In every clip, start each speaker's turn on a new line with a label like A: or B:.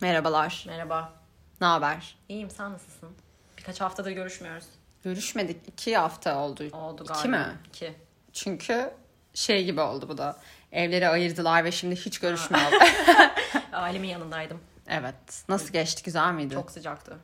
A: Merhabalar.
B: Merhaba.
A: Ne haber?
B: İyiyim sen nasılsın? Birkaç haftadır görüşmüyoruz.
A: Görüşmedik. iki hafta oldu.
B: Oldu galiba.
A: İki mi?
B: İki.
A: Çünkü şey gibi oldu bu da. Evleri ayırdılar ve şimdi hiç görüşmüyorlar.
B: Ailemin yanındaydım.
A: evet. Nasıl geçti? Güzel miydi?
B: Çok sıcaktı.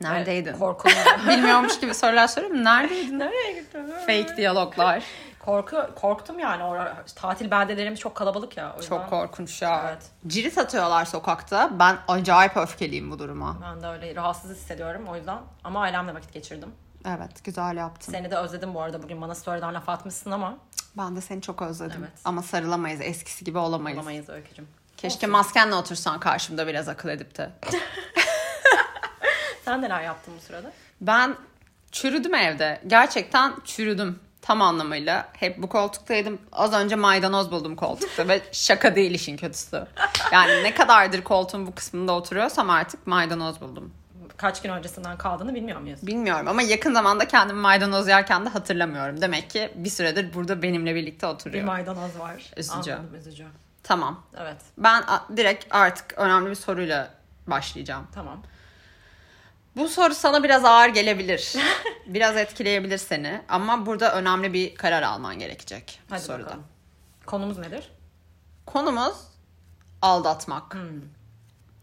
A: Neredeydin?
B: Evet, korkulu.
A: Bilmiyormuş gibi sorular soruyorum. Neredeydin?
B: Nereye gittim?
A: Fake diyaloglar.
B: Korku, korktum yani. Or- tatil beldelerimiz çok kalabalık ya. O yüzden
A: Çok korkunç ya.
B: Evet.
A: Cirit atıyorlar sokakta. Ben acayip öfkeliyim bu duruma.
B: Ben de öyle rahatsız hissediyorum o yüzden. Ama ailemle vakit geçirdim.
A: Evet. Güzel yaptın.
B: Seni de özledim bu arada. Bugün bana story'den laf atmışsın ama.
A: Ben de seni çok özledim.
B: Evet.
A: Ama sarılamayız. Eskisi gibi olamayız.
B: Olamayız Öykücüm.
A: Keşke maskenle otursan karşımda biraz akıl edip de.
B: Sen neler yaptın bu sırada?
A: Ben çürüdüm evde. Gerçekten çürüdüm tam anlamıyla. Hep bu koltuktaydım. Az önce maydanoz buldum koltukta ve şaka değil işin kötüsü. Yani ne kadardır koltuğun bu kısmında oturuyorsam artık maydanoz buldum.
B: Kaç gün öncesinden kaldığını bilmiyor muyuz?
A: Bilmiyorum ama yakın zamanda kendimi maydanoz yerken de hatırlamıyorum. Demek ki bir süredir burada benimle birlikte
B: Bir
A: oturuyor.
B: maydanoz var.
A: Üzücü.
B: Anladım üzücü.
A: tamam.
B: Evet
A: Ben a- direkt artık önemli bir soruyla başlayacağım.
B: tamam.
A: Bu soru sana biraz ağır gelebilir. biraz etkileyebilir seni. Ama burada önemli bir karar alman gerekecek bu
B: Hadi
A: soruda.
B: bakalım. Konumuz nedir?
A: Konumuz aldatmak.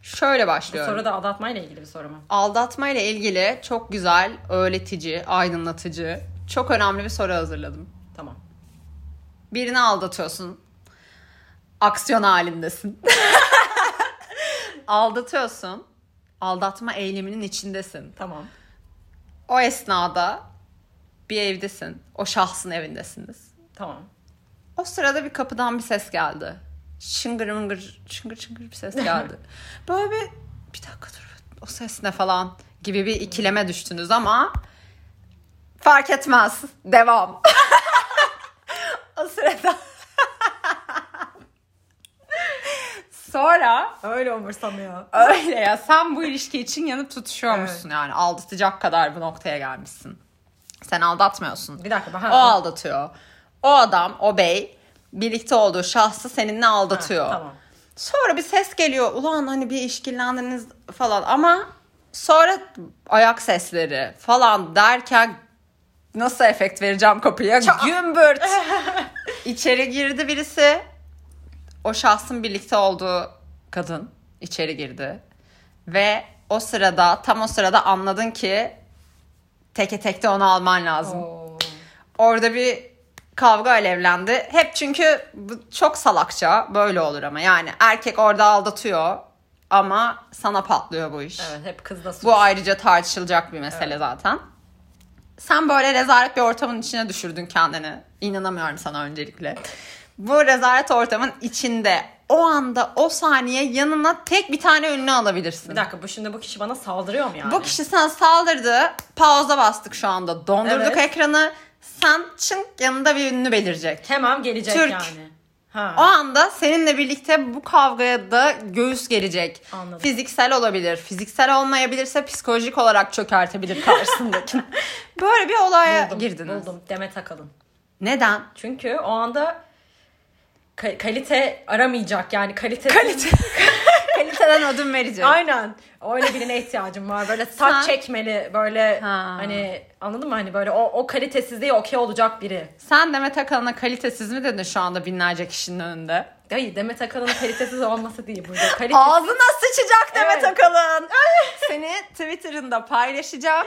A: Şöyle başlıyorum.
B: Soru da aldatmayla ilgili bir soru mu?
A: Aldatma ile ilgili çok güzel, öğretici, aydınlatıcı, çok önemli bir soru hazırladım.
B: Tamam.
A: Birini aldatıyorsun. Aksiyon halindesin. aldatıyorsun. Aldatma eyleminin içindesin.
B: Tamam.
A: O esnada bir evdesin. O şahsın evindesiniz.
B: Tamam.
A: O sırada bir kapıdan bir ses geldi. Şıngır mıngır, şıngır şıngır bir ses geldi. Böyle bir, bir dakika dur o ses ne falan gibi bir ikileme düştünüz ama fark etmez. Devam. o sırada Sonra
B: Öyle umursamıyor.
A: öyle ya sen bu ilişki için yanıp tutuşuyormuşsun yani aldatacak kadar bu noktaya gelmişsin. Sen aldatmıyorsun.
B: Bir dakika.
A: O aldatıyor. O adam, o bey birlikte olduğu şahsı seninle aldatıyor.
B: Tamam.
A: Sonra bir ses geliyor. Ulan hani bir işkillendiniz falan ama sonra ayak sesleri falan derken nasıl efekt vereceğim kapıya? Gümbürt. içeri girdi birisi. O şahsın birlikte olduğu kadın içeri girdi. Ve o sırada tam o sırada anladın ki teke tekte onu alman lazım.
B: Oo.
A: Orada bir kavga alevlendi. Hep çünkü bu çok salakça böyle olur ama yani erkek orada aldatıyor ama sana patlıyor bu iş.
B: Evet hep kız da su.
A: Bu ayrıca tartışılacak bir mesele zaten. Sen böyle rezalet bir ortamın içine düşürdün kendini. İnanamıyorum sana öncelikle. Bu rezalet ortamın içinde o anda o saniye yanına tek bir tane ünlü alabilirsin.
B: Bir dakika bu şimdi bu kişi bana saldırıyor mu yani?
A: Bu kişi sana saldırdı. Pauza bastık şu anda. Dondurduk
B: Evet.
A: ekranı. Sen çınk yanında bir ünlü belirecek.
B: Hemen gelecek
A: Türk.
B: yani.
A: O
B: Ha.
A: anda seninle birlikte bu kavgaya da göğüs gelecek.
B: Anladım.
A: Fiziksel olabilir. Fiziksel olmayabilirse psikolojik olarak çökertebilir karşısındakini. Böyle bir olaya
B: buldum,
A: girdiniz.
B: Buldum. Demet Akalın.
A: Neden?
B: Çünkü o anda ka- kalite aramayacak yani kalite.
A: Kalite. Kaliteden ödün verecek.
B: Aynen. Öyle birine ihtiyacım var. Böyle
A: Sen-
B: saç çekmeli, böyle
A: Ha.
B: hani anladın mı? Hani böyle o, o kalitesizliğe okey olacak biri.
A: Sen Demet Akalın'a kalitesiz mi dedin şu anda binlerce kişinin önünde?
B: Hayır Demet Akalın'ın kalitesiz olması değil burada. Kalite...
A: Ağzına sıçacak Demet
B: Evet.
A: Akalın. Seni Twitter'ında paylaşacak.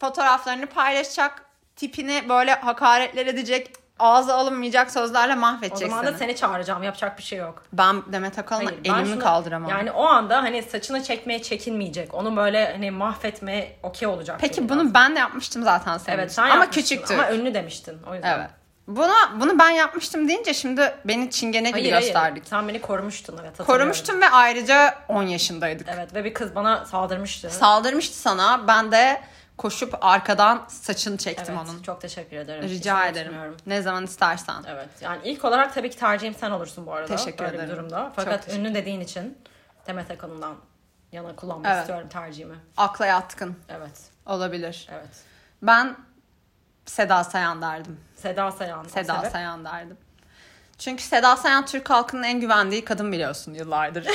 A: Fotoğraflarını paylaşacak. Tipini böyle hakaretler edecek. Ağza alınmayacak sözlerle
B: O
A: mahvedecek
B: zaman
A: seni.
B: da seni çağıracağım. Yapacak bir şey yok.
A: Ben Demet Akalın'a
B: Hayır, ben
A: elimi
B: şunu-
A: kaldıramam.
B: Yani o anda hani saçını çekmeye çekinmeyecek. Onu böyle hani mahvetmeye okey olacak.
A: Peki
B: biri
A: bunu
B: lazım.
A: ben de yapmıştım zaten senin
B: evet
A: için.
B: sen
A: Ama
B: yapmıştın
A: küçüktü.
B: Ama ünlü demiştin o yüzden.
A: Evet. Bunu, bunu ben yapmıştım deyince şimdi beni çingene gibi
B: Hayır
A: gösterdik.
B: hayır. Sen beni korumuştun evet hatırlıyorum.
A: Korumuştum ve ayrıca 10 yaşındaydık.
B: Evet ve bir kız bana saldırmıştı.
A: Saldırmıştı sana. Ben de koşup arkadan saçını çektim
B: evet,
A: onun.
B: Çok teşekkür ederim.
A: Rica
B: İsmini
A: ederim.
B: unutmuyorum.
A: Ne zaman istersen.
B: Evet. Yani ilk olarak tabii ki tercihim sen olursun bu arada.
A: Teşekkür
B: böyle
A: ederim.
B: bir durumda.
A: Çok
B: Fakat
A: teşekkür
B: ünlü dediğin için Demet Akalın'dan yana kullanmak
A: Evet.
B: istiyorum tercihimi.
A: Akla yatkın
B: Evet.
A: olabilir.
B: Evet.
A: Ben Seda Sayan derdim.
B: Seda Sayan.
A: Seda
B: Sebep?
A: Sayan derdim. Çünkü Seda Sayan Türk halkının en güvendiği kadın biliyorsun yıllardır.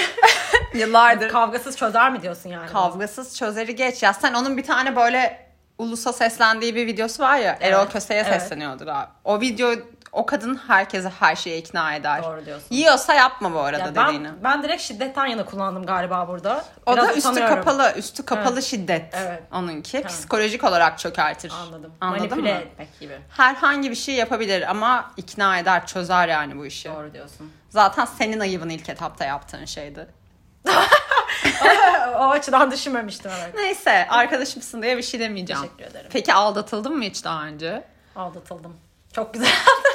A: yıllardır.
B: Kavgasız çözer mi diyorsun yani?
A: Kavgasız çözeri geç ya. Sen onun bir tane böyle ulusa seslendiği bir videosu var ya. Erol Köse'ye
B: evet.
A: sesleniyordur abi. O video o kadın herkese her şeye ikna eder.
B: Doğru diyorsun.
A: Yiyorsa yapma bu arada
B: Ya
A: dediğini.
B: ben, ben direkt şiddetten yana kullandım galiba burada.
A: O
B: Biraz
A: da üstü
B: utanıyorum.
A: kapalı, üstü kapalı şiddet.
B: Evet.
A: Onunki psikolojik olarak çökertir.
B: Anladım.
A: Anladın
B: Manipüle
A: mı?
B: etmek gibi.
A: Herhangi bir şey yapabilir ama ikna eder, çözer yani bu işi.
B: Doğru diyorsun.
A: Zaten senin ayıbın ilk etapta yaptığın şeydi.
B: o açıdan düşünmemiştim evet.
A: Neyse, arkadaşımsın diye bir şey demeyeceğim.
B: Teşekkür ederim.
A: Peki aldatıldın mı hiç daha önce?
B: Aldatıldım. Çok güzel.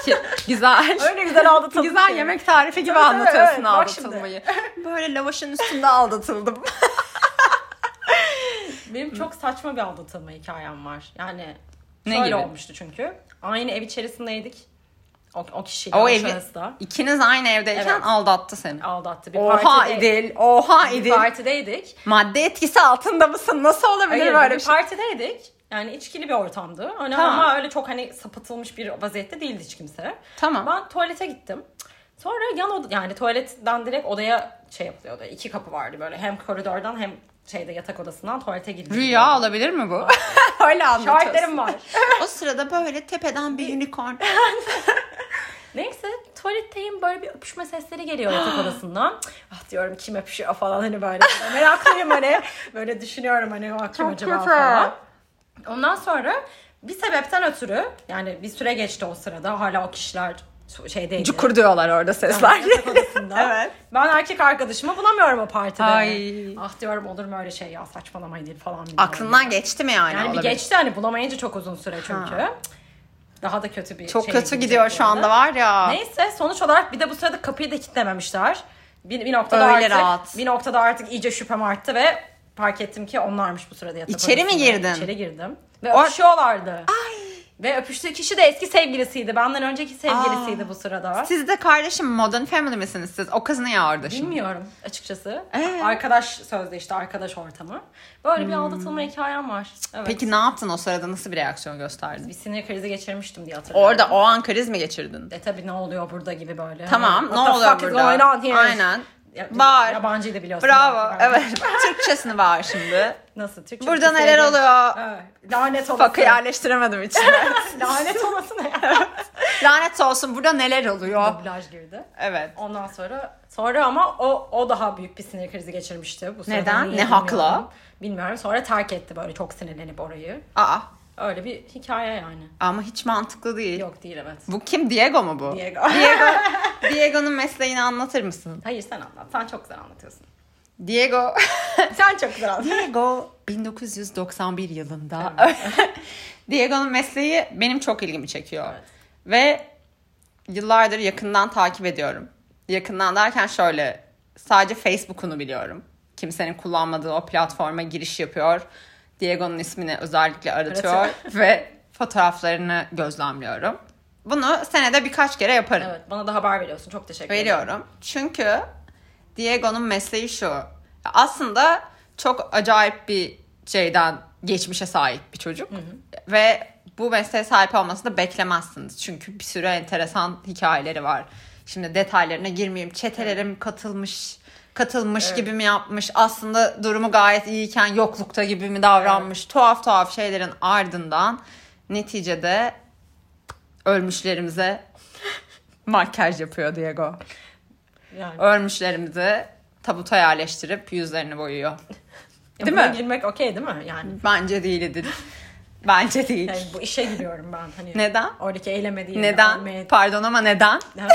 A: Ki- güzel.
B: Öyle güzel aldatıldım.
A: Güzel yemek tarifi gibi
B: Tabii, tabii,
A: anlatıyorsun
B: evet. Bak
A: aldatılmayı. Böyle lavaşın üstünde aldatıldım.
B: Benim çok saçma bir aldatılma hikayem var. Yani
A: Ne
B: şöyle
A: gibi?
B: olmuştu çünkü. Aynı ev içerisindeydik. O, o kişiyle
A: o
B: o
A: evi,
B: da
A: ikiniz aynı evdeyken
B: Evet.
A: aldattı seni.
B: aldattı. Bir
A: Oha
B: partide,
A: İdil, oha
B: bir
A: İdil.
B: partideydik.
A: Madde etkisi altında mısın? Nasıl olabilir
B: Hayır,
A: böyle
B: bir
A: bir şey?
B: partideydik. Yani içkili bir ortamdı. Öyle
A: Tamam.
B: Ama öyle çok hani sapıtılmış bir vaziyette değildi hiç kimse.
A: Tamam.
B: Ben tuvalete gittim. Sonra yan oda, yani tuvaletten direkt odaya şey yapılıyordu. İki kapı vardı böyle. Hem koridordan hem şeyde yatak odasından tuvalete girdim.
A: Rüya olabilir mi bu? Öyle anlatıyorsun.
B: Şahitlerim var.
A: o sırada böyle tepeden bir unicorn.
B: Neyse tuvaletteyim böyle bir öpüşme sesleri geliyor yatak odasından. Ah diyorum kim öpüşüyor falan hani böyle. Meraklıyım hani. Böyle düşünüyorum hani o kim
A: Çok
B: acaba
A: kötü.
B: falan. Ondan sonra bir sebepten ötürü yani bir süre geçti o sırada hala o kişiler şeydeydi.
A: Cukur diyorlar orada sesler.
B: Yatak odasında.
A: Evet.
B: Ben erkek arkadaşımı bulamıyorum o partide.
A: Ay.
B: Ah diyorum olur mu öyle şey ya saçmalamayın değil falan. diyorum.
A: Aklından geçti mi yani?
B: Yani bir
A: olabilir?
B: geçti hani bulamayınca çok uzun süre çünkü. Daha da kötü bir
A: Çok
B: şey
A: kötü
B: gidecek
A: gidiyor
B: bu
A: şu
B: arada.
A: anda var ya.
B: Neyse sonuç olarak bir de bu sırada kapıyı da kilitlememişler. Bir, bir noktada
A: Öyle
B: artık
A: rahat.
B: bir noktada artık iyice şüphem arttı ve fark ettim ki onlarmış bu sırada yatak
A: İçeri mi
B: odasında.
A: girdin?
B: İçeri girdim. Ve öpüşüyorlardı. Ve öpüştüğü kişi de eski sevgilisiydi. Benden önceki sevgilisiydi bu sırada.
A: Siz de kardeşim Modern Family misiniz siz? O kız niye orada şimdi?
B: Bilmiyorum açıkçası.
A: Ee.
B: Arkadaş sözde işte arkadaş ortamı. Böyle bir aldatılma hikayem var. Evet.
A: Hmm. Peki ne yaptın o sırada? Nasıl bir reaksiyon gösterdin?
B: Bir sinir krizi geçirmiştim diye hatırlıyorum.
A: Orada o an kriz mi geçirdin?
B: E tabi ne oluyor burada gibi böyle.
A: Tamam,
B: Hani,
A: ne
B: "What the
A: oluyor
B: fuck is
A: burada?"
B: going on here?
A: Aynen.
B: Ya-
A: Bağır.
B: Yabancıyı da biliyorsun.
A: Bravo.
B: Yani.
A: Evet. Türkçesini var şimdi.
B: Nasıl? Türkçe
A: Burada
B: Türkçe
A: neler
B: sevgili-
A: oluyor?
B: Evet. Lanet olası.
A: Fakı yerleştiremedim içine.
B: Lanet olası ne ya?
A: Lanet olsun burada neler oluyor?
B: Dublaj girdi.
A: Evet.
B: Ondan sonra sonra ama o o daha büyük bir sinir krizi geçirmişti. Bu sırada
A: Neden?
B: niye
A: Ne hakla?
B: bilmiyorum. Bilmiyorum. Sonra terk etti böyle çok sinirlenip orayı.
A: Aa
B: Öyle bir hikaye yani.
A: ama hiç mantıklı değil.
B: Yok değil evet.
A: Bu kim? Diego mu bu?
B: Diego.
A: Diego. Diego'nun mesleğini anlatır mısın?
B: Hayır sen anlat. Sen çok güzel anlatıyorsun.
A: Diego.
B: Sen çok güzel anlatıyorsun.
A: Diego 1991 yılında. Diego'nun mesleği benim çok ilgimi çekiyor.
B: Evet.
A: Ve yıllardır yakından takip ediyorum. Yakından derken şöyle sadece Facebook'unu biliyorum. Kimsenin kullanmadığı o platforma giriş yapıyor. Diego'nun ismini özellikle aratıyor ve fotoğraflarını gözlemliyorum. Bunu senede birkaç kere yaparım.
B: Evet bana da haber veriyorsun. Çok teşekkür ederim.
A: Veriyorum. Çünkü Diego'nun mesleği şu. Aslında çok acayip bir şeyden geçmişe sahip bir çocuk. Ve bu mesleğe sahip olmasını da beklemezsiniz. Çünkü bir sürü enteresan hikayeleri var. Şimdi detaylarına girmeyeyim. Çetelerim katılmış katılmış gibi mi yapmış aslında durumu gayet iyiyken yoklukta gibi mi davranmış tuhaf tuhaf şeylerin ardından neticede ölmüşlerimize makyaj yapıyor Diego
B: Yani.
A: örmüşlerimizi tabuta yerleştirip yüzlerini boyuyor.
B: Ya
A: Değil
B: buna
A: mi?
B: girmek okey değil mi? Yani,
A: Bence değildir. Bence değil.
B: yani bu işe giriyorum ben. Hani
A: Neden?
B: Oradaki eyleme değil.
A: Neden?
B: almaya-
A: Pardon ama neden?
B: Ha,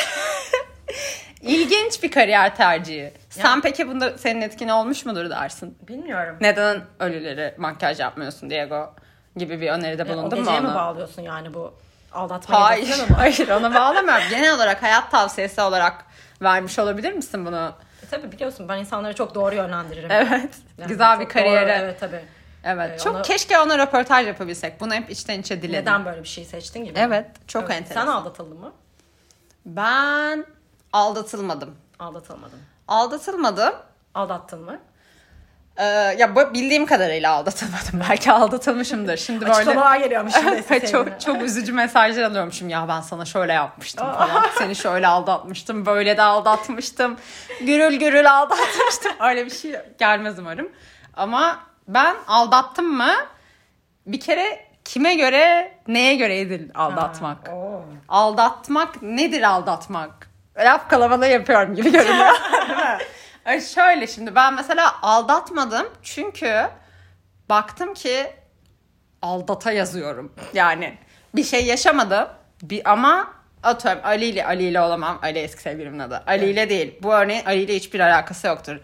A: İlginç bir kariyer tercihi. Sen peki bunda senin etkin olmuş mudur dersin?
B: Bilmiyorum.
A: Neden ölülere makyaj yapmıyorsun Diego gibi bir öneride
B: E, o
A: bulundun mu
B: geceye mi
A: ona?
B: bağlıyorsun yani bu aldatmayı?
A: Hayır,
B: hedefliyor mu?
A: hayır ona bağlamıyorum. Genel olarak hayat tavsiyesi olarak vermiş olabilir misin bunu?
B: E, tabii biliyorsun ben insanları çok doğru yönlendiririm.
A: Evet.
B: Yani
A: Güzel bir
B: çok doğru,
A: kariyere.
B: evet tabii.
A: Evet.
B: Ee,
A: Çok
B: ona-
A: keşke ona röportaj yapabilsek. Bunu hep içten içe diledim.
B: Neden böyle bir şey seçtin gibi.
A: Evet, çok enteresan.
B: Sen aldatıldın mı?
A: Ben aldatılmadım.
B: Aldatılmadın.
A: Aldatılmadım.
B: Aldattın mı?
A: Ee, ya bu- bildiğim kadarıyla aldatamadım. Belki aldatılmışımdır. Şimdi böyle
B: Açıklamalar geliyormuş şimdi eski sevgilime.
A: çok çok üzücü mesajlar alıyormuşum ya ben sana şöyle yapmıştım falan. Seni şöyle aldatmıştım, böyle de aldatmıştım. Gürül gürül aldatmıştım. Öyle bir şey gelmez umarım. Ama ben aldattım mı? Bir kere kime göre, neye göreydi aldatmak?
B: Oo.
A: Aldatmak nedir aldatmak? Laf kalabalığı yapıyorum gibi görünüyor. Ay şöyle şimdi ben mesela aldatmadım çünkü baktım ki aldata yazıyorum. Yani bir şey yaşamadım bir ama atıyorum Ali ile Ali ile olamam. Ali eski sevgilimin adı. Ali ile değil. Bu örneğin Ali ile hiçbir alakası yoktur.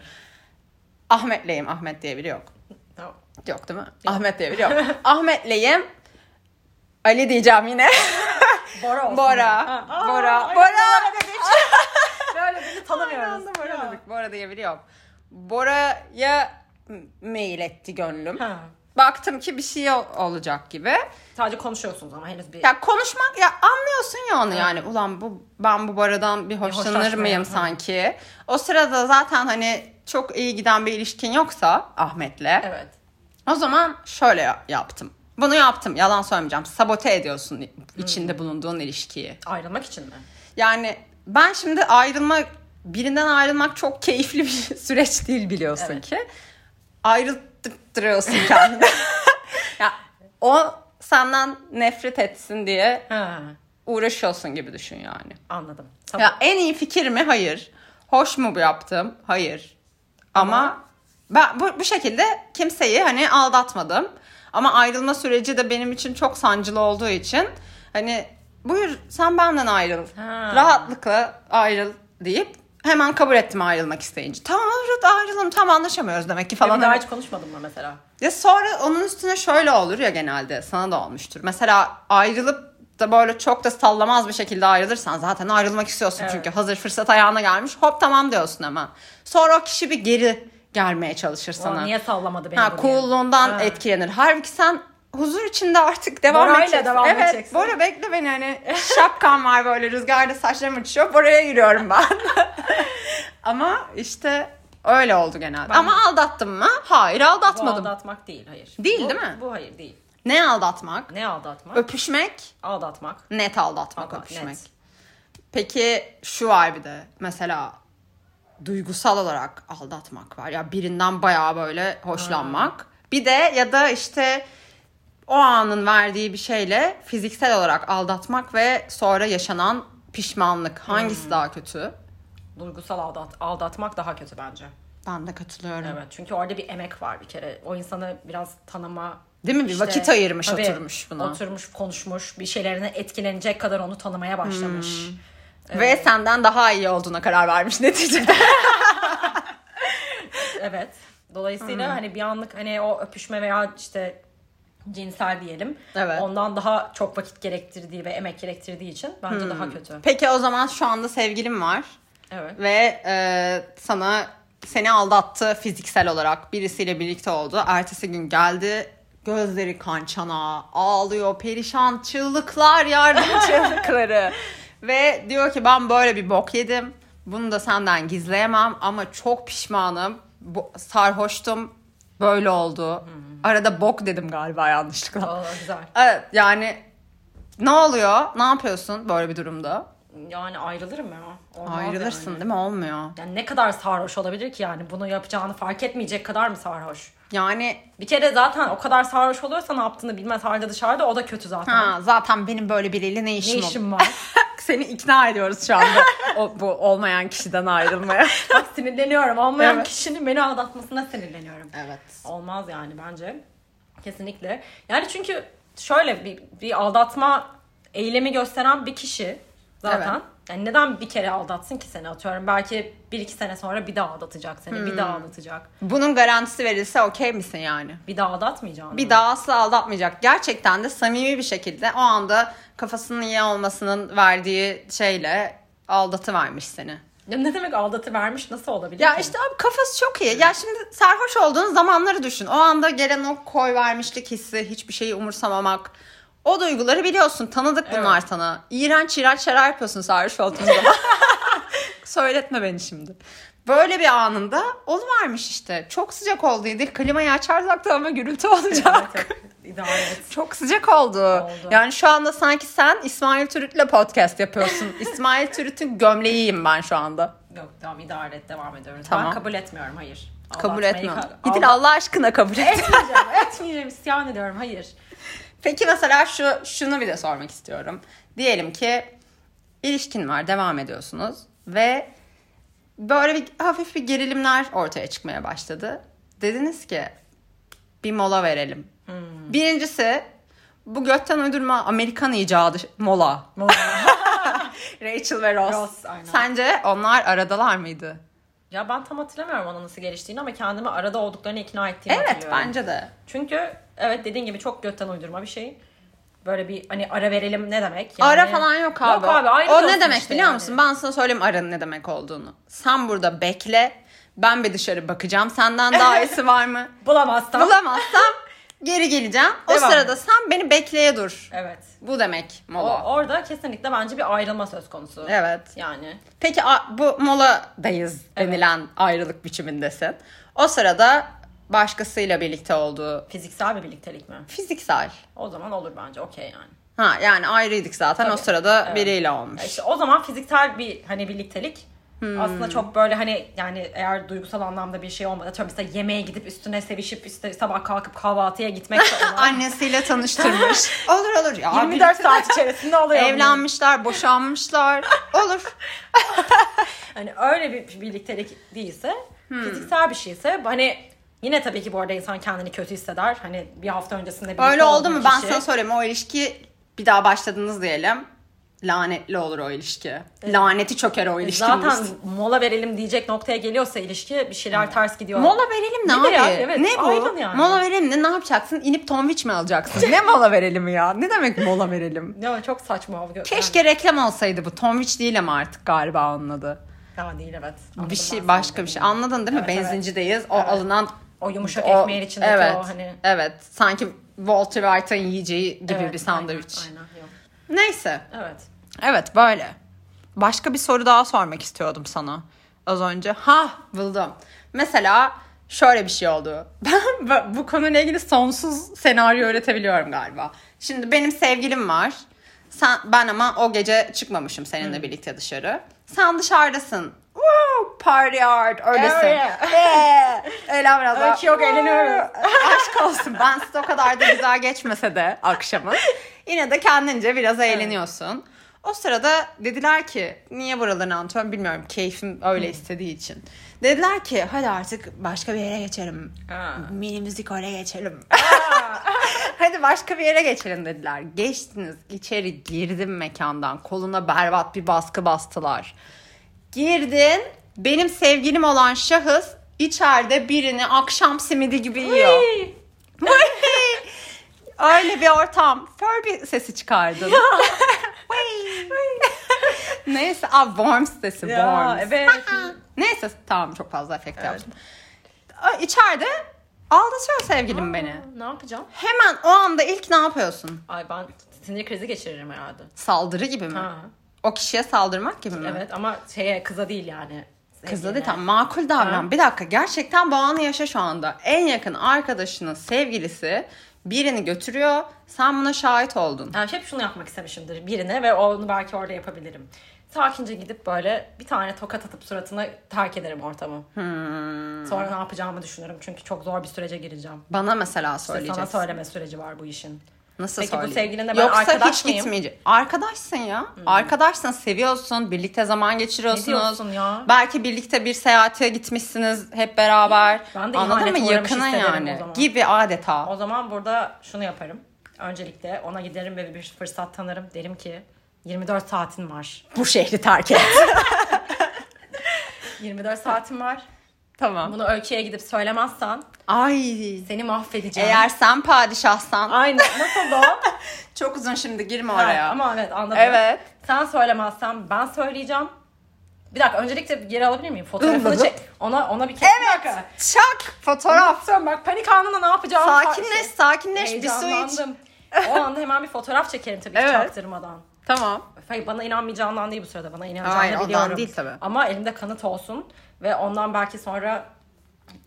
A: Ahmet'leyim. Ahmet diye biri yok.
B: Tamam.
A: Yok değil mi? Ahmet diye biri yok. Ahmet'leyim. Ali diyeceğim yine.
B: Bora olsun.
A: Bora.
B: Ha. Aa,
A: Bora.
B: ay,
A: Bora.
B: dedik. Böyle bizi tanımıyoruz.
A: Anladım, Bora
B: Ya.
A: dedik. Bora diye biri yok. Bora'ya m- mail etti gönlüm.
B: Ha.
A: Baktım ki bir şey ol- olacak gibi.
B: Sadece konuşuyorsunuz ama henüz bir...
A: Ya konuşmak ya anlıyorsun ya onu yani. Ulan bu ben bu Bora'dan bir hoşlanır
B: hoşlaşmaya,
A: mıyım
B: ha.
A: sanki? O sırada zaten hani çok iyi giden bir ilişkin yoksa Ahmet'le.
B: Evet.
A: O zaman şöyle ya- yaptım. Bunu yaptım. Yalan söylemeyeceğim. Sabote ediyorsun içinde bulunduğun ilişkiyi.
B: Ayrılmak için mi?
A: Yani ben şimdi ayrılmak birinden ayrılmak çok keyifli bir süreç değil biliyorsun
B: Evet.
A: ki. Ayrılttırıyorsun kendini. ya o senden nefret etsin diye
B: Ha.
A: uğraşıyorsun gibi düşün yani.
B: Anladım. Tamam.
A: Ya en iyi fikir mi? Hayır. Hoş mu bu yaptım? Hayır. Ama, ben bu, bu şekilde kimseyi hani aldatmadım. Ama ayrılma süreci de benim için çok sancılı olduğu için hani buyur sen benden ayrıl.
B: Ha.
A: Rahatlıkla ayrıl deyip hemen kabul ettim ayrılmak isteyince. Tamam olur ayrılalım tam anlaşamıyoruz demek ki falan.
B: Falan daha
A: Hani-
B: hiç konuşmadın mı mesela?
A: ya sonra onun üstüne şöyle olur ya genelde sana da olmuştur. Mesela ayrılıp da böyle çok da sallamaz bir şekilde ayrılırsan zaten ayrılmak istiyorsun
B: Evet.
A: çünkü hazır fırsat ayağına gelmiş hop tamam diyorsun hemen. Sonra o kişi bir geri gelmeye çalışır
B: Ulan
A: sana.
B: Niye sallamadı beni
A: ha,
B: bu diye.
A: cool'luğundan
B: Ha.
A: etkilenir. Halbuki sen huzur içinde artık devam
B: Bora'yla
A: edeceksin.
B: devam
A: evet,
B: edeceksin.
A: Bora bekle beni hani şapkam var böyle rüzgarda saçlarım uçuşuyor. Bora'ya yürüyorum ben. Ama işte öyle oldu genelde. Ama aldattım mı? Hayır
B: Bu
A: aldatmadım.
B: aldatmak değil hayır.
A: Değil,
B: Bu-
A: değil mi?
B: Bu hayır değil.
A: Ne aldatmak?
B: Ne aldatmak?
A: Öpüşmek,
B: aldatmak.
A: net aldatmak
B: Ama
A: öpüşmek.
B: net.
A: Peki şu var bir de mesela duygusal olarak aldatmak var. Ya birinden bayağı böyle hoşlanmak. Bir de ya da işte o anın verdiği bir şeyle fiziksel olarak aldatmak ve sonra yaşanan pişmanlık. Hangisi daha kötü?
B: Duygusal aldat aldatmak daha kötü bence.
A: Ben de katılıyorum.
B: Evet. Çünkü orada bir emek var bir kere. O insanı biraz tanıma
A: Değil mi? Bir
B: İşte,
A: vakit ayırmış,
B: tabii,
A: oturmuş buna.
B: Oturmuş, konuşmuş, bir şeylerine etkilenecek kadar onu tanımaya başlamış.
A: Hmm. Ve senden daha iyi olduğuna karar vermiş neticede.
B: Evet. Dolayısıyla
A: Hmm.
B: hani bir anlık hani o öpüşme veya işte cinsel diyelim.
A: Evet.
B: Ondan daha çok vakit gerektirdiği ve emek gerektirdiği için bence daha kötü.
A: Peki o zaman şu anda sevgilim var.
B: Evet.
A: Hmm. ve e, sana seni aldattı fiziksel olarak birisiyle birlikte oldu. Ertesi gün geldi gözleri kan çanağı ağlıyor perişan çığlıklar yardım çığlıkları ve diyor ki ben böyle bir bok yedim bunu da senden gizleyemem ama çok pişmanım Bu, sarhoştum böyle oldu arada bok dedim galiba yanlışlıkla
B: Aa, güzel.
A: evet yani ne oluyor ne yapıyorsun böyle bir durumda
B: Yani ayrılırım ya. Olmaz
A: ayrılırsın
B: Yani.
A: değil mi olmuyor
B: Yani ne kadar sarhoş olabilir ki yani bunu yapacağını fark etmeyecek kadar mı sarhoş?
A: yani
B: Bir kere zaten o kadar sarhoş oluyorsa ne yaptığını bilmez halde dışarıda o da kötü zaten.
A: Ha, zaten benim böyle biriyle ne
B: Ne
A: işim, olur?
B: işim var?
A: Seni ikna ediyoruz şu anda o, bu olmayan kişiden ayrılmaya.
B: Bak sinirleniyorum. Olmayan
A: Evet.
B: kişinin beni aldatmasına sinirleniyorum.
A: evet.
B: Olmaz yani bence. Kesinlikle. Yani çünkü şöyle bir, bir aldatma eylemi gösteren bir kişi zaten.
A: Evet.
B: Yani neden bir kere aldatsın ki seni atıyorum? Belki bir iki sene sonra bir daha aldatacak seni. Bir daha
A: Hmm.
B: aldatacak.
A: Bunun garantisi verilse okey misin yani?
B: Bir daha aldatmayacağını.
A: Bir daha asla aldatmayacak. Gerçekten de samimi bir şekilde o anda kafasının iyi olmasının verdiği şeyle aldatı vermiş seni.
B: Ya Ne demek aldatı vermiş nasıl olabilir
A: Ya
B: ki?
A: işte abi kafası çok iyi. Ya şimdi sarhoş olduğun zamanları düşün. O anda gelen o koy vermişlik hissi, hiçbir şeyi umursamamak. O duyguları biliyorsun. Tanıdık bunlar sana. İğrenç iğrenç şeyler yapıyorsun sarhoş olduğun zaman. Söyletme beni şimdi. Böyle bir anında varmış işte. Çok sıcak oldu yedik. Klimayı açarsak da ama gürültü olacak.
B: İdare et.
A: Çok sıcak oldu.
B: Oldu.
A: Yani şu anda sanki sen İsmail Türüt'le podcast yapıyorsun. İsmail Türüt'ün gömleğiyim ben şu anda.
B: Yok tamam idare et devam ediyoruz.
A: Tamam.
B: Ben kabul etmiyorum hayır.
A: Kabul
B: Aldatmayı
A: etmiyorum.
B: ka-
A: Gidin
B: Aldat-
A: Allah aşkına kabul et.
B: Etmeyeceğim, etmeyeceğim isyan ediyorum hayır.
A: Peki mesela şu şunu bir de sormak istiyorum. Diyelim ki ilişkin var, devam ediyorsunuz ve böyle bir hafif bir gerilimler ortaya çıkmaya başladı. Dediniz ki bir mola verelim. Hmm. Birincisi bu götten uydurma Amerikan icadı mola. Rachel ve Ross.
B: Ross, aynen.
A: Sence onlar aradalar mıydı?
B: ya ben tam hatırlamıyorum onun nasıl geliştiğini ama kendimi arada olduklarını ikna ettiğimi
A: Evet
B: hatırlıyorum.
A: bence de.
B: Çünkü evet dediğin gibi çok götten uydurma bir şey. Böyle bir hani ara verelim ne demek?
A: Ara
B: Yani-
A: falan yok abi.
B: Yok abi
A: o
B: ayrılıyorsun
A: ne demek
B: işte
A: biliyor
B: yani.
A: musun? Ben sana söyleyeyim aranın ne demek olduğunu. Sen burada bekle. Ben bir dışarı bakacağım. Senden daha iyisi var mı?
B: Bulamazsam.
A: Bulamazsam geri geleceğim. O
B: Devam.
A: sırada sen beni bekleye dur.
B: evet.
A: Bu demek
B: O,
A: mola.
B: orada kesinlikle bence bir ayrılma söz konusu.
A: Evet.
B: Yani
A: Peki a- bu moladayız denilen ayrılık biçimindesin. O sırada başkasıyla birlikte olduğu
B: fiziksel bir birliktelik mi?
A: fiziksel.
B: O zaman olur bence okey yani.
A: Ha yani ayrıydık zaten o
B: Tabii.
A: sırada
B: Evet.
A: biriyle
B: Ya
A: olmuş.
B: İşte o zaman fiziksel bir hani birliktelik
A: Hmm.
B: aslında çok böyle hani yani eğer duygusal anlamda bir şey olmadı. Atıyorum mesela yemeğe gidip üstüne sevişip işte sabah kalkıp kahvaltıya gitmek de olan.
A: Annesiyle tanıştırmış. olur olur ya.
B: 24
A: birlikte-
B: saat içerisinde oluyor. bunlar.
A: Evlenmişler, boşanmışlar. Olur.
B: Hani öyle bir birliktelik değilse
A: Hmm.
B: fiziksel bir şeyse hani yine tabii ki bu arada insan kendini kötü hisseder. Hani bir hafta öncesinde birlikte
A: Öyle oldu
B: olduğu
A: mu? Ben
B: kişi-
A: sana söyleyeyim. O ilişki bir daha başladınız diyelim. Lanetli olur o ilişki. Laneti çöker o ilişki.
B: E, Zaten mola verelim diyecek noktaya geliyorsa ilişki bir şeyler ters gidiyor.
A: Hmm. Mola verelim ne
B: Nedir
A: abi?
B: ya? Evet,
A: ne bu?
B: aynen yani.
A: Mola verelim ne? Ne yapacaksın? İnip tombiç mi alacaksın? ne mola verelim ya? Ne demek mola verelim?
B: Ya çok saçma. oldu.
A: Keşke reklam olsa'ydı bu. Tombiç değil ama artık galiba onun adı.
B: Ya değil evet.
A: Bir
B: Anladım ben
A: şey
B: seni.
A: başka bir şey. Anladın değil mi?
B: Evet, evet.
A: Benzincideyiz. O
B: Evet.
A: alınan
B: O yumuşak
A: O-
B: ekmeğin içindeki
A: evet,
B: o hani.
A: Evet. Sanki Walter White'ın yiyeceği gibi
B: Evet,
A: bir sandviç.
B: Aynen, aynen, yok.
A: Neyse.
B: Evet.
A: Evet böyle. Başka bir soru daha sormak istiyordum sana. Az önce. Ha buldum. Mesela şöyle bir şey oldu. Ben bu- bu konuyla ilgili sonsuz senaryo üretebiliyorum galiba. Şimdi benim sevgilim var. Sen, ben ama o gece çıkmamışım seninle
B: Hmm.
A: birlikte dışarı. Sen dışarıdasın. Woo, party hard öylesin.
B: Oh, Yeah.
A: Yeah. Eğlen biraz daha.
B: Ölçü yok, eğleniyoruz.
A: Aşk olsun. Ben size o kadar da güzel geçmese de akşamın. Yine de kendince biraz eğleniyorsun. O sırada dediler ki niye buralarını anlatıyorum bilmiyorum keyfim öyle istediği için. Dediler ki hadi artık başka bir yere geçelim.
B: Ha.
A: Mini müzik oraya geçelim. hadi başka bir yere geçelim dediler. Geçtiniz içeri girdim mekandan koluna berbat bir baskı bastılar. Girdin benim sevgilim olan şahıs içeride birini akşam simidi gibi yiyor.
B: Hii.
A: Vıy! Öyle bir ortam. Furby sesi çıkardın. Vıy! Neyse, a Worms sesi,
B: Ya
A: Worms.
B: evet.
A: Neyse, tamam çok fazla efekt yaptım. Ö, İçeride aldatıyor sevgilim beni.
B: ne yapacağım?
A: Hemen o anda ilk ne yapıyorsun?
B: Ay ben sinir krizi geçiririm herhalde.
A: Saldırı gibi mi?
B: Ha.
A: O kişiye saldırmak gibi mi?
B: Evet ama şeye kıza değil yani.
A: Kızla
B: Sevgiline.
A: değil tam makul davran.
B: Ha.
A: Bir dakika gerçekten bu anı yaşa şu anda. En yakın arkadaşının sevgilisi birini götürüyor. Sen buna şahit oldun.
B: Yani şey hep şunu yapmak istemişimdir birine ve onu belki orada yapabilirim. Sakince gidip böyle bir tane tokat atıp suratına terk ederim ortamı. Sonra ne yapacağımı düşünürüm çünkü çok zor bir sürece gireceğim.
A: Bana mesela
B: İşte sana
A: söyleyeceksin.
B: söyleme süreci var bu işin.
A: Nasıl
B: Peki bu
A: söyleyeyim?
B: sevgilinle ben
A: Yoksa
B: arkadaş
A: hiç
B: mıyım? Hmm.
A: gitmeyecek. Arkadaşsın ya. Arkadaşsın, seviyorsun, birlikte zaman
B: Ne diyorsun
A: geçiriyorsunuz.
B: ya?
A: Belki birlikte bir seyahate gitmişsiniz hep beraber.
B: Ben de
A: Anladın
B: ihanete
A: mı?
B: uğramış
A: Yakının
B: hissederim o
A: yani.
B: zaman.
A: Gibi adeta.
B: O zaman burada şunu yaparım. Öncelikle ona giderim ve bir fırsat tanırım. Derim ki 24 saatin var.
A: Bu şehri terk et.
B: 24 saatin var.
A: tamam.
B: Bunu öyküye gidip söylemezsen
A: Ay.
B: seni mahvedeceğim.
A: Eğer sen padişahsan.
B: Aynen. Nasıl o?
A: Çok uzun şimdi girme
B: Ha,
A: oraya.
B: Ama evet anladım.
A: Evet.
B: Sen söylemezsen ben söyleyeceğim. Bir dakika öncelikle geri alabilir miyim? Fotoğrafını
A: Anladım.
B: çek. Ona ona bir kez. Evet.
A: Çak fotoğraf.
B: Bak panik anında ne yapacağım?
A: Sakinleş, sakinleş. Bir su iç.
B: Heyecanlandım. O anda hemen bir fotoğraf çekerim tabii ki
A: Evet.
B: çaktırmadan.
A: Tamam.
B: Hayır, bana inanmayacağından değil bu sırada bana inanacağını
A: Hayır, ondan
B: biliyorum.
A: değil tabii.
B: Ama elimde kanıt olsun ve ondan belki sonra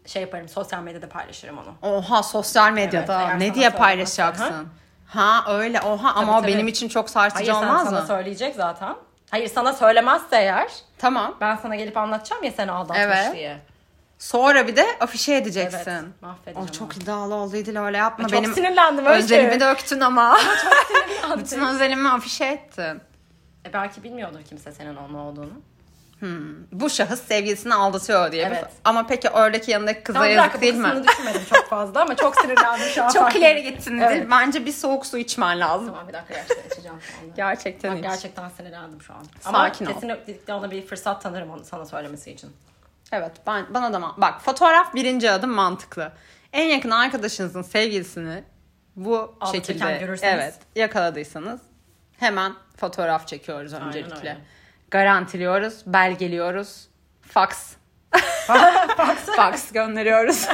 B: şey yaparım sosyal medyada paylaşırım onu.
A: Oha sosyal medyada
B: Evet, eğer
A: ne
B: sana
A: diye
B: sorulmazsa,
A: paylaşacaksın? Ha öyle oha ama
B: Tabii,
A: o benim
B: tabii.
A: için çok
B: Hayır
A: sarsıcı
B: sen
A: olmaz
B: sana
A: mı?
B: söyleyecek zaten. Hayır sana söylemezse eğer
A: Tamam.
B: ben sana gelip anlatacağım ya seni aldatmış
A: Evet.
B: diye.
A: Sonra bir de afişe edeceksin.
B: Evet. Mahvedeceğim.
A: Oh, çok iddialı oldu İdil öyle yapma.
B: Çok
A: benim
B: sinirlendim öyle.
A: özelimi döktün ama.
B: Sinirlendim.
A: Bütün özelimi afişe ettin.
B: E belki bilmiyordur kimse senin onun olduğunu.
A: Bu şahıs sevgilisini aldatıyor diye.
B: Evet.
A: Ama peki oradaki yanındaki kıza
B: Tam bir dakika
A: yazık
B: bu
A: değil mi?
B: kısmını düşünmedim çok fazla ama çok sinirlendim şu an.
A: Çok
B: fark
A: ileri
B: ettim.
A: gittin
B: Evet.
A: İdil. Bence bir soğuk su içmen lazım.
B: Tamam bir dakika gerçekten içeceğim şu anda.
A: Gerçekten
B: Bak,
A: iç.
B: gerçekten sinirlendim şu an.
A: Sakin ol.
B: Ama kesinlikle ona bir fırsat tanırım onu sana söylemesi için.
A: Evet ben bana da ma- bak fotoğraf birinci adım mantıklı. En yakın arkadaşınızın sevgilisini bu
B: Aldatırken
A: şekilde
B: görürseniz.
A: evet yakaladıysanız hemen fotoğraf çekiyoruz
B: Aynen
A: öncelikle.
B: öyle.
A: Garantiliyoruz, belgeliyoruz. Fax.
B: Fax.
A: Fax gönderiyoruz.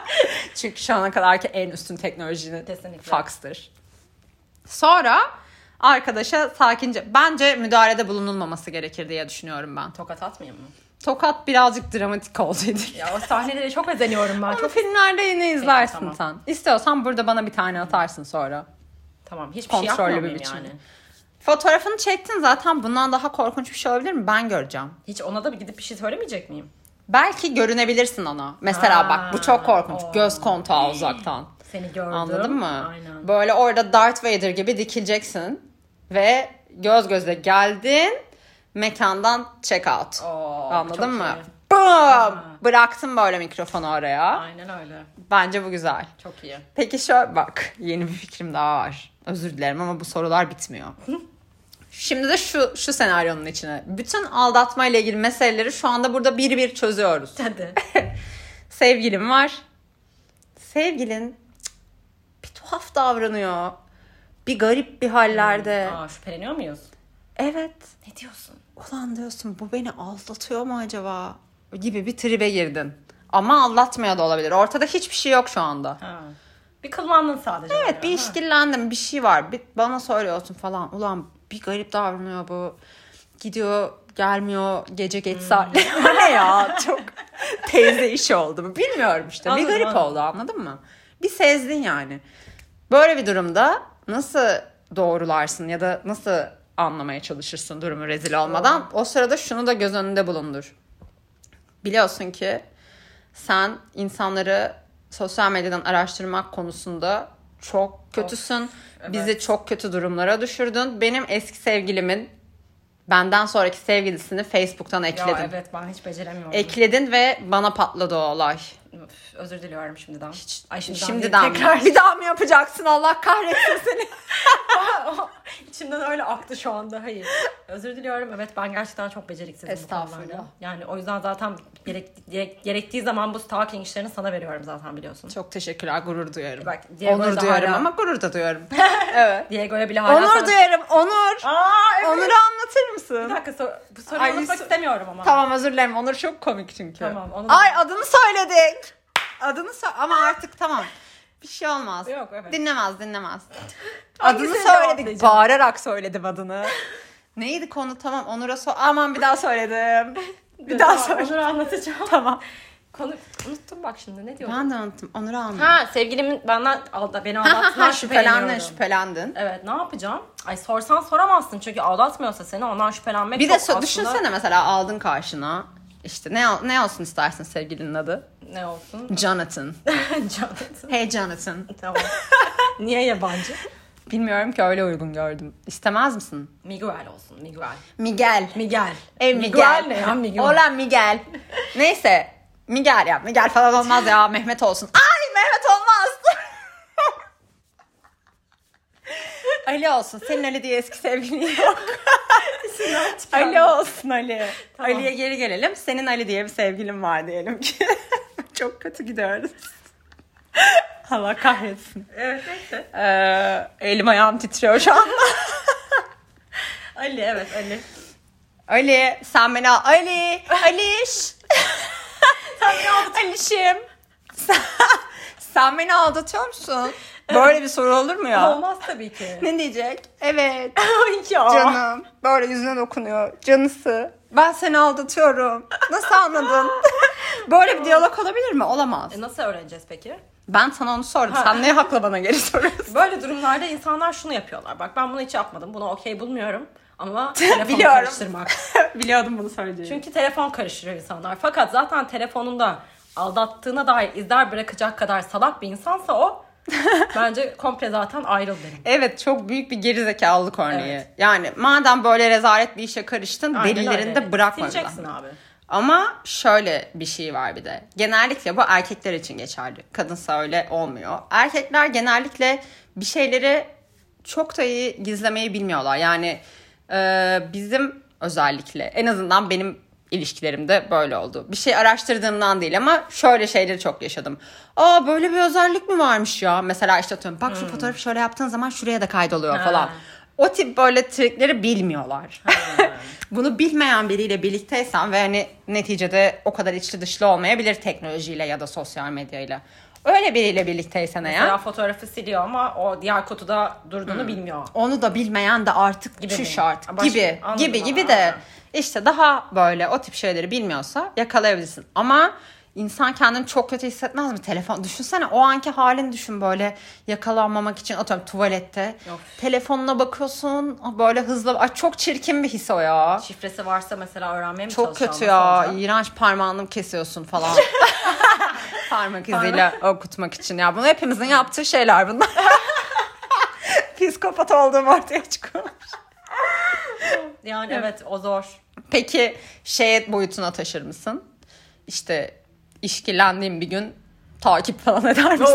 A: Çünkü şu ana kadarki en üstün teknolojinin
B: Kesinlikle.
A: faxtır. Sonra arkadaşa sakince bence müdahalede bulunulmaması gerekir diye düşünüyorum ben.
B: Tokat atmayayım mı?
A: Tokat birazcık dramatik olsaydı.
B: Ya o sahneleri çok özeniyorum ben.
A: Ama
B: Çok...
A: filmlerde yine izlersin
B: tamam.
A: sen. İstiyorsan burada bana bir tane atarsın sonra.
B: Tamam hiçbir şey
A: Kontrollü bir
B: yapmıyor muyum
A: biçimde.
B: yani?
A: Fotoğrafını çektin zaten bundan daha korkunç bir şey olabilir mi? Ben göreceğim.
B: Hiç ona da bir gidip bir şey söylemeyecek miyim?
A: Belki görünebilirsin ona. Mesela
B: Aa,
A: bak bu çok korkunç.
B: o.
A: Göz kontağı uzaktan.
B: Seni gördüm.
A: Anladın mı?
B: Aynen.
A: Böyle orada Darth Vader gibi dikileceksin. Ve göz göze geldin. Mekandan check out.
B: Oo, çok şey.
A: Anladın mı?
B: iyi.
A: Boom! Bıraktım böyle mikrofonu oraya.
B: Aynen öyle.
A: Bence bu güzel.
B: Çok iyi.
A: Peki şöyle bak yeni bir fikrim daha var. Özür dilerim ama bu sorular bitmiyor. Şimdi de şu şu senaryonun içine. Bütün aldatma ile ilgili meseleleri şu anda burada bir bir çözüyoruz.
B: Hadi.
A: Sevgilim var. Sevgilin cık, bir tuhaf davranıyor. Bir garip bir hallerde.
B: Aa, şüpheleniyor muyuz?
A: Evet.
B: Ne diyorsun?
A: Ulan diyorsun bu beni aldatıyor mu acaba? Gibi bir tribe girdin. Ama aldatmıyor da olabilir. Ortada hiçbir şey yok şu anda.
B: Ha. Bir kılmandın sadece.
A: Evet bir işkillendim bir şey var bir, bana söylüyorsun falan ulan bir garip davranıyor bu gidiyor gelmiyor gece geç
B: Hmm.
A: saatte ne ya çok teyze iş oldu bu bilmiyorum işte
B: Anladım,
A: bir garip
B: anladım.
A: oldu anladın mı bir sezdin yani böyle bir durumda nasıl doğrularsın ya da nasıl anlamaya çalışırsın durumu rezil olmadan o sırada şunu da göz önünde bulundur biliyorsun ki sen insanları sosyal medyadan araştırmak konusunda çok kötüsün. Bizi çok kötü durumlara düşürdün. Benim eski sevgilimin benden sonraki sevgilisini Facebook'tan ekledin.
B: Ya evet ben hiç beceremiyorum.
A: Ekledin ve bana patladı o olay.
B: Öf, Özür diliyorum şimdiden. Hiç, Ay şimdiden,
A: Şimdiden
B: değil, tekrar.
A: mı? Bir daha mı yapacaksın Allah kahretsin seni.
B: İçimden öyle aktı şu anda. Hayır. Özür diliyorum. Evet ben gerçekten çok beceriksizim
A: Estağfurullah.
B: bu konularda. Yani o yüzden zaten gerek, gerek- gerektiği zaman bu stalking işlerini sana veriyorum zaten biliyorsun.
A: Çok teşekkürler gurur duyarım.
B: Bak, Diego'yu
A: onur
B: da
A: duyarım
B: hala-
A: ama gurur da duyarım. evet.
B: Diego'ya bile hala sana-
A: Onur duyarım onur.
B: Aa evet.
A: Onur'u anlatır
B: Bir
A: mısın?
B: dakika sor- bu soruyu
A: Ay,
B: unutmak
A: so-
B: istemiyorum ama.
A: Tamam özür dilerim Onur çok komik çünkü.
B: Tamam, onu da-
A: Ay adını söyledik. Adını so ama artık tamam. Bir şey olmaz.
B: Yok, evet.
A: Dinlemez dinlemez.
B: Hangisini
A: adını
B: cevaplayacağım?
A: söyledik. Bağırarak söyledim adını. Neydi konu tamam Onur'a sor. Aman bir daha söyledim. Bir daha
B: Tamam,
A: söyle.
B: Onur'u anlatacağım.
A: Tamam.
B: Konu unuttum bak şimdi ne diyorum.
A: Ben de unuttum. Onur'u alma.
B: Ha sevgilimin benden alda beni
A: Ha ha
B: aldattığından
A: ha şüphelendin
B: şüpheleniyorum.
A: şüphelendin.
B: Evet ne yapacağım? Ay sorsan soramazsın çünkü aldatmıyorsa seni ondan şüphelenmek
A: Bir de
B: çok
A: so-
B: aslında-
A: düşünsene mesela aldın karşına. İşte ne ne olsun istersin sevgilinin adı?
B: Ne olsun?
A: Jonathan.
B: Jonathan.
A: Hey Jonathan.
B: tamam. Niye yabancı?
A: Bilmiyorum ki öyle uygun gördüm. İstemez misin?
B: Miguel olsun Miguel.
A: Miguel.
B: Miguel.
A: Ey E, Miguel.
B: ne ya E, Miguel?
A: Olan Miguel. Neyse. Miguel ya. Miguel falan olmaz ya. Mehmet olsun. Ay Mehmet olmaz. Ali olsun. Senin Ali diye eski sevgilin yok. Ali olsun Ali.
B: Tamam.
A: Ali'ye geri gelelim. Senin Ali diye bir sevgilin var diyelim ki. Çok kötü gidiyoruz. Allah kahretsin.
B: Evet neyse.
A: Ee, elim ayağım titriyor şu an.
B: Ali evet Ali.
A: Ali sen beni al. Ali. Aliş.
B: Sen ne yaptın?
A: Alişim. Sen, sen beni aldatıyor musun? Böyle bir soru olur mu ya?
B: Olmaz tabii ki.
A: ne diyecek? Evet.
B: ya.
A: Canım. Böyle yüzüne dokunuyor. Canısı. Ben seni aldatıyorum. Nasıl anladın? Böyle bir diyalog olabilir mi? Olamaz.
B: E nasıl öğreneceğiz peki?
A: Ben sana onu sordum. Sen ne hakla bana geri soruyorsun?
B: Böyle durumlarda insanlar şunu yapıyorlar. Bak ben bunu hiç yapmadım. Buna okey bulmuyorum. Ama telefonu
A: Biliyorum.
B: karıştırmak.
A: Biliyordum bunu söyleyeceğini.
B: Çünkü telefon karıştırıyor insanlar. Fakat zaten telefonunda aldattığına dair izler bırakacak kadar salak bir insansa o bence komple zaten ayrıl derim.
A: Evet çok büyük bir gerizekalılık örneği.
B: Evet.
A: Yani madem böyle rezalet bir işe karıştın
B: Aynen
A: delilerinde
B: öyle.
A: bırakma.
B: Sileceksin abi.
A: Ama şöyle bir şey var bir de. Genellikle bu erkekler için geçerli. Kadınsa öyle olmuyor. Erkekler genellikle bir şeyleri çok da iyi gizlemeyi bilmiyorlar. Yani e, bizim özellikle en azından benim ilişkilerimde böyle oldu. Bir şey araştırdığımdan değil ama şöyle şeyleri çok yaşadım. Aa böyle bir özellik mi varmış ya? Mesela işte atıyorum bak şu fotoğrafı şöyle yaptığın zaman şuraya da kaydoluyor falan.
B: Ha.
A: O tip böyle trikleri bilmiyorlar. Bunu bilmeyen biriyle birlikteysen ve hani neticede o kadar içli dışlı olmayabilir teknolojiyle ya da sosyal medyayla. Öyle biriyle birlikteysen
B: Mesela
A: eğer
B: fotoğrafı siliyor ama o diğer kutuda durduğunu bilmiyor.
A: onu da bilmeyen de artık
B: Gibi
A: çüş
B: mi?
A: artık
B: Başka-
A: gibi
B: Anladım,
A: gibi gibi
B: anladım.
A: de işte daha böyle o tip şeyleri bilmiyorsa yakalayabilirsin. Ama insan kendini çok kötü hissetmez mi? Telefon düşünsene o anki halini düşün böyle yakalanmamak için atıyorum tuvalette.
B: Of.
A: Telefonuna bakıyorsun böyle hızlı. Ay çok çirkin bir his o ya.
B: Şifresi varsa mesela öğrenmeye mi
A: Çok
B: çalışıyor,
A: kötü
B: nasıl
A: ya.
B: olacak?
A: İğrenç parmağını kesiyorsun falan. Parmak iziyle okutmak için. Ya bunu hepimizin yaptığı şeyler bunlar. Psikopat olduğum ortaya çıkıyor.
B: Yani evet o zor.
A: Peki şey boyutuna taşır mısın? İşte işkilendiğin bir gün takip falan eder misin?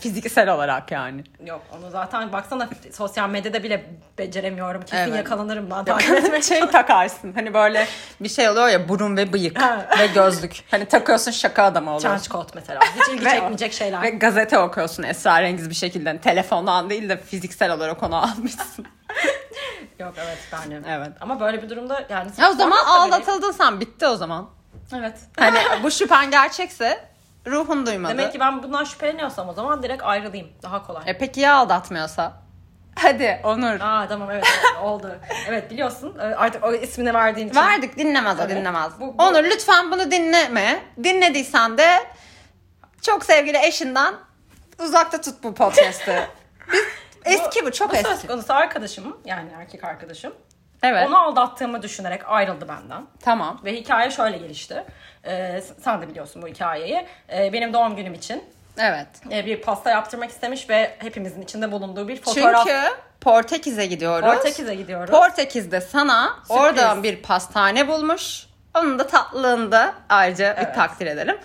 A: Fiziksel olarak yani.
B: Yok onu zaten baksana sosyal medyada bile beceremiyorum. Kesin
A: Evet.
B: yakalanırım ben takip etmek.
A: şey takarsın. Hani böyle bir şey oluyor ya burun ve bıyık ve gözlük. Hani takıyorsun şaka adamı oluyorsun.
B: Trench coat mesela. Hiç ilgi çekmeyecek şeyler.
A: Ve gazete okuyorsun esrarengiz bir şekilde. Hani telefondan değil de fiziksel olarak onu almışsın.
B: Yok evet yani.
A: Evet.
B: Ama böyle bir durumda yani.
A: ya o zaman
B: Sormak da
A: aldatıldın sen. Bitti o zaman.
B: beni- Evet.
A: Hani bu şüphen gerçekse ruhun duymadı.
B: Demek ki ben bundan şüpheleniyorsam o zaman direkt ayrılayım. Daha kolay.
A: E peki ya aldatmıyorsa? Hadi Onur.
B: Aa tamam evet oldu. Evet biliyorsun e, artık o ismini verdiğin için.
A: Verdik dinlemez o
B: Tabii.
A: dinlemez.
B: Bu- bu-
A: Onur lütfen bunu dinleme. Dinlediysen de çok sevgili eşinden uzakta tut bu podcast'ı. Biz- eski bu çok
B: Bu
A: eski.
B: söz konusu arkadaşım yani erkek arkadaşım.
A: Evet
B: Onu aldattığımı düşünerek ayrıldı benden.
A: tamam.
B: Ve hikaye şöyle gelişti. Ee, s- sen de biliyorsun bu hikayeyi. Ee, benim doğum günüm için
A: Evet.
B: e, bir pasta yaptırmak istemiş ve hepimizin içinde bulunduğu bir fotoğraf.
A: Çünkü Portekiz'e gidiyoruz.
B: Portekiz'e gidiyoruz.
A: Portekiz'de sana oradan bir pastane bulmuş. Onun da tatlılığını da ayrıca bir
B: Evet.
A: takdir edelim.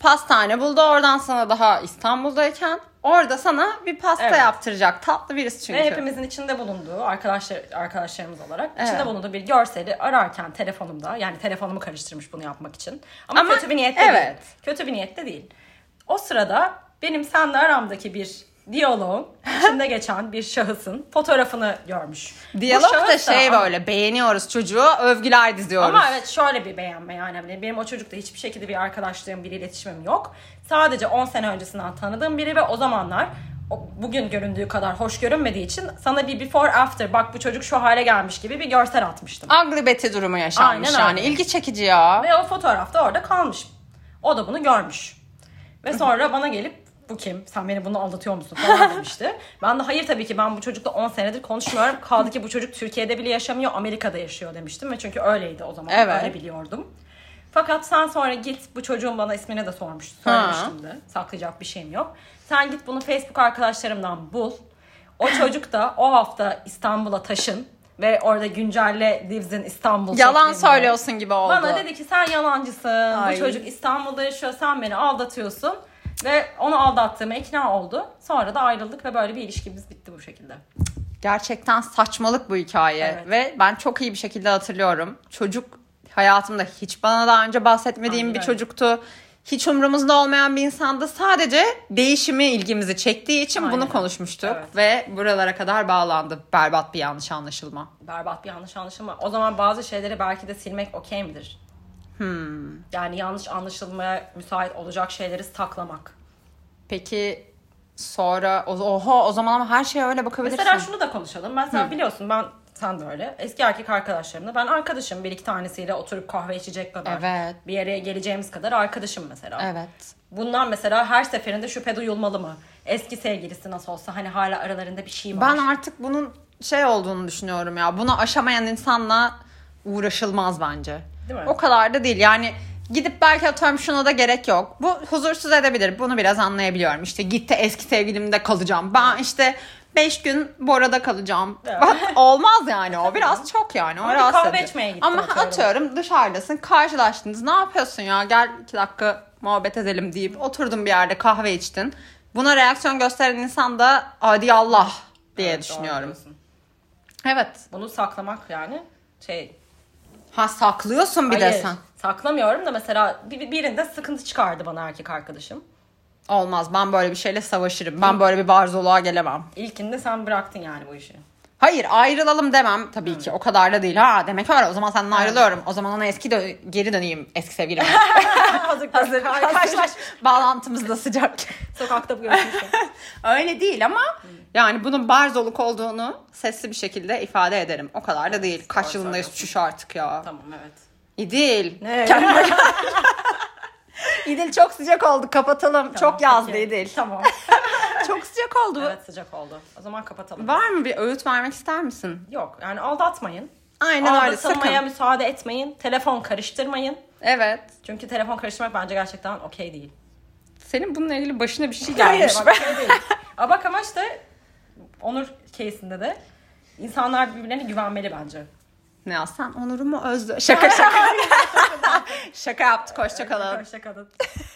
A: Pastane buldu oradan sana daha İstanbul'dayken. Orada sana bir pasta
B: Evet.
A: yaptıracak. Tatlı birisi çünkü.
B: Ve hepimizin içinde bulunduğu arkadaşlar arkadaşlarımız olarak
A: Evet.
B: içinde bulunduğu bir görseli ararken telefonumda yani telefonumu karıştırmış bunu yapmak için. Ama,
A: Ama
B: kötü bir niyette
A: evet.
B: değil. Kötü bir niyette değil. O sırada benim seninle aramdaki bir diyaloğun içinde geçen bir şahısın fotoğrafını görmüş. Bu
A: Diyalog da
B: şahıs da-
A: şey böyle beğeniyoruz çocuğu övgüler diziyoruz.
B: Ama evet şöyle bir beğenme yani Hani benim o çocukla hiçbir şekilde bir arkadaşlığım, bir iletişimim yok. Sadece 10 sene öncesinden tanıdığım biri ve o zamanlar o- bugün göründüğü kadar hoş görünmediği için sana bir before after bak bu çocuk şu hale gelmiş gibi bir görsel atmıştım.
A: Ugly Betty durumu yaşanmış
B: Aynen
A: yani.
B: öyle.
A: ilgi çekici ya.
B: Ve o fotoğrafta orada kalmış. O da bunu görmüş. Ve sonra bana gelip bu kim? Sen beni bunu aldatıyor musun? falan demişti. Ben de hayır tabii ki ben bu çocukla 10 senedir konuşmuyorum. Kaldı ki bu çocuk Türkiye'de bile yaşamıyor, Amerika'da yaşıyor demiştim. Ve çünkü öyleydi o zaman.
A: Evet.
B: Öyle biliyordum. Fakat sen sonra git bu çocuğun bana ismini de sormuştu. Söylemiştim de. Saklayacak bir şeyim yok. Sen git bunu Facebook arkadaşlarımdan bul. O çocuk da o hafta İstanbul'a taşın. Ve orada güncelle lives in İstanbul
A: Yalan
B: şeklinde.
A: söylüyorsun gibi oldu.
B: Bana dedi ki sen yalancısın.
A: Ay.
B: Bu çocuk İstanbul'da yaşıyor. Sen beni aldatıyorsun. Ve onu aldattığıma ikna oldu. Sonra da ayrıldık ve böyle bir ilişkimiz bitti bu şekilde.
A: Gerçekten saçmalık bu hikaye
B: Evet.
A: ve ben çok iyi bir şekilde hatırlıyorum. Çocuk hayatımda hiç bana daha önce bahsetmediğim
B: Aynen
A: bir
B: öyle.
A: çocuktu. Hiç umrumuzda olmayan bir insandı. Sadece değişimi ilgimizi çektiği için
B: Aynen.
A: bunu konuşmuştuk
B: Evet.
A: ve buralara kadar bağlandı. Berbat bir yanlış anlaşılma.
B: Berbat bir yanlış anlaşılma. O zaman bazı şeyleri belki de silmek okey midir?
A: Hmm.
B: Yani yanlış anlaşılmaya müsait olacak şeyleri saklamak.
A: Peki Sonra o- oho o zaman ama her şeye öyle bakabilirsin.
B: Mesela şunu da konuşalım. Ben sen biliyorsun ben sen de öyle. Eski erkek arkadaşlarımla ben arkadaşım bir iki tanesiyle oturup kahve içecek kadar.
A: Evet.
B: Bir yere geleceğimiz kadar arkadaşım mesela.
A: Evet.
B: Bundan mesela her seferinde şüphe duyulmalı mı? Eski sevgilisi nasıl olsa hani hala aralarında bir şey var.
A: Ben artık bunun şey olduğunu düşünüyorum ya. Bunu aşamayan insanla uğraşılmaz bence.
B: Değil mi?
A: O kadar da değil. Yani gidip belki atıyorum şuna da gerek yok. Bu huzursuz edebilir. Bunu biraz anlayabiliyorum. İşte gitti eski sevgilimde kalacağım. Ben işte 5 gün Bora'da kalacağım.
B: Evet.
A: Bak, Olmaz yani o. Biraz çok yani. O
B: Ama bir
A: rahatsız
B: kahve
A: edici.
B: içmeye gittin
A: Ama
B: atıyorum.
A: atıyorum dışarıdasın. Karşılaştınız. Ne yapıyorsun ya? Gel iki dakika muhabbet edelim deyip oturdun bir yerde kahve içtin. Buna reaksiyon gösteren insan da adi Allah diye
B: Evet, doğru
A: düşünüyorum.
B: diyorsun.
A: Evet.
B: Bunu saklamak yani şey
A: Ha saklıyorsun bir de
B: Hayır,
A: sen.
B: Saklamıyorum da mesela bir- birinde sıkıntı çıkardı bana erkek arkadaşım.
A: Olmaz. Ben böyle bir şeyle savaşırım. Ben böyle bir barzoluğa gelemem.
B: İlkinde sen bıraktın yani bu işi.
A: Hayır ayrılalım demem tabii ki. O kadar da değil. Ha demek öyle. O zaman senden ayrılıyorum. O zaman ona eski dö- geri döneyim eski sevgilime.
B: hazır hazır.
A: Arkadaşlar bağlantımız da sıcak.
B: Sokakta bu görüşmüştüm.
A: öyle değil ama yani bunun barzoluk olduğunu sesli bir şekilde ifade ederim. O kadar da değil. Kaç
B: doğru
A: yılındayız
B: söylüyorsun.
A: çüş artık ya.
B: tamam evet. Ee,
A: İdil.
B: Ne?
A: Kendine gel. İdil çok sıcak oldu. Kapatalım. çok yazdı
B: peki.
A: İdil.
B: Tamam.
A: Çok sıcak oldu.
B: evet sıcak oldu. O zaman kapatalım.
A: Var mı bir öğüt vermek ister misin?
B: Yok yani aldatmayın.
A: Aynen öyle.
B: Aldatılmaya
A: Sakın.
B: müsaade etmeyin. Telefon karıştırmayın.
A: Evet.
B: Çünkü telefon karıştırmak bence gerçekten okey değil.
A: Senin bununla ilgili başına bir şey
B: Hayır,
A: gelmiş.
B: bak, şey değil. Ama bak ama işte Onur case'inde de insanlar birbirlerine güvenmeli bence.
A: ne
B: Ee,
A: alsan onurumu özlü. Şaka şaka. şaka yaptık. Hoşça kalın.
B: Hoşçakalın.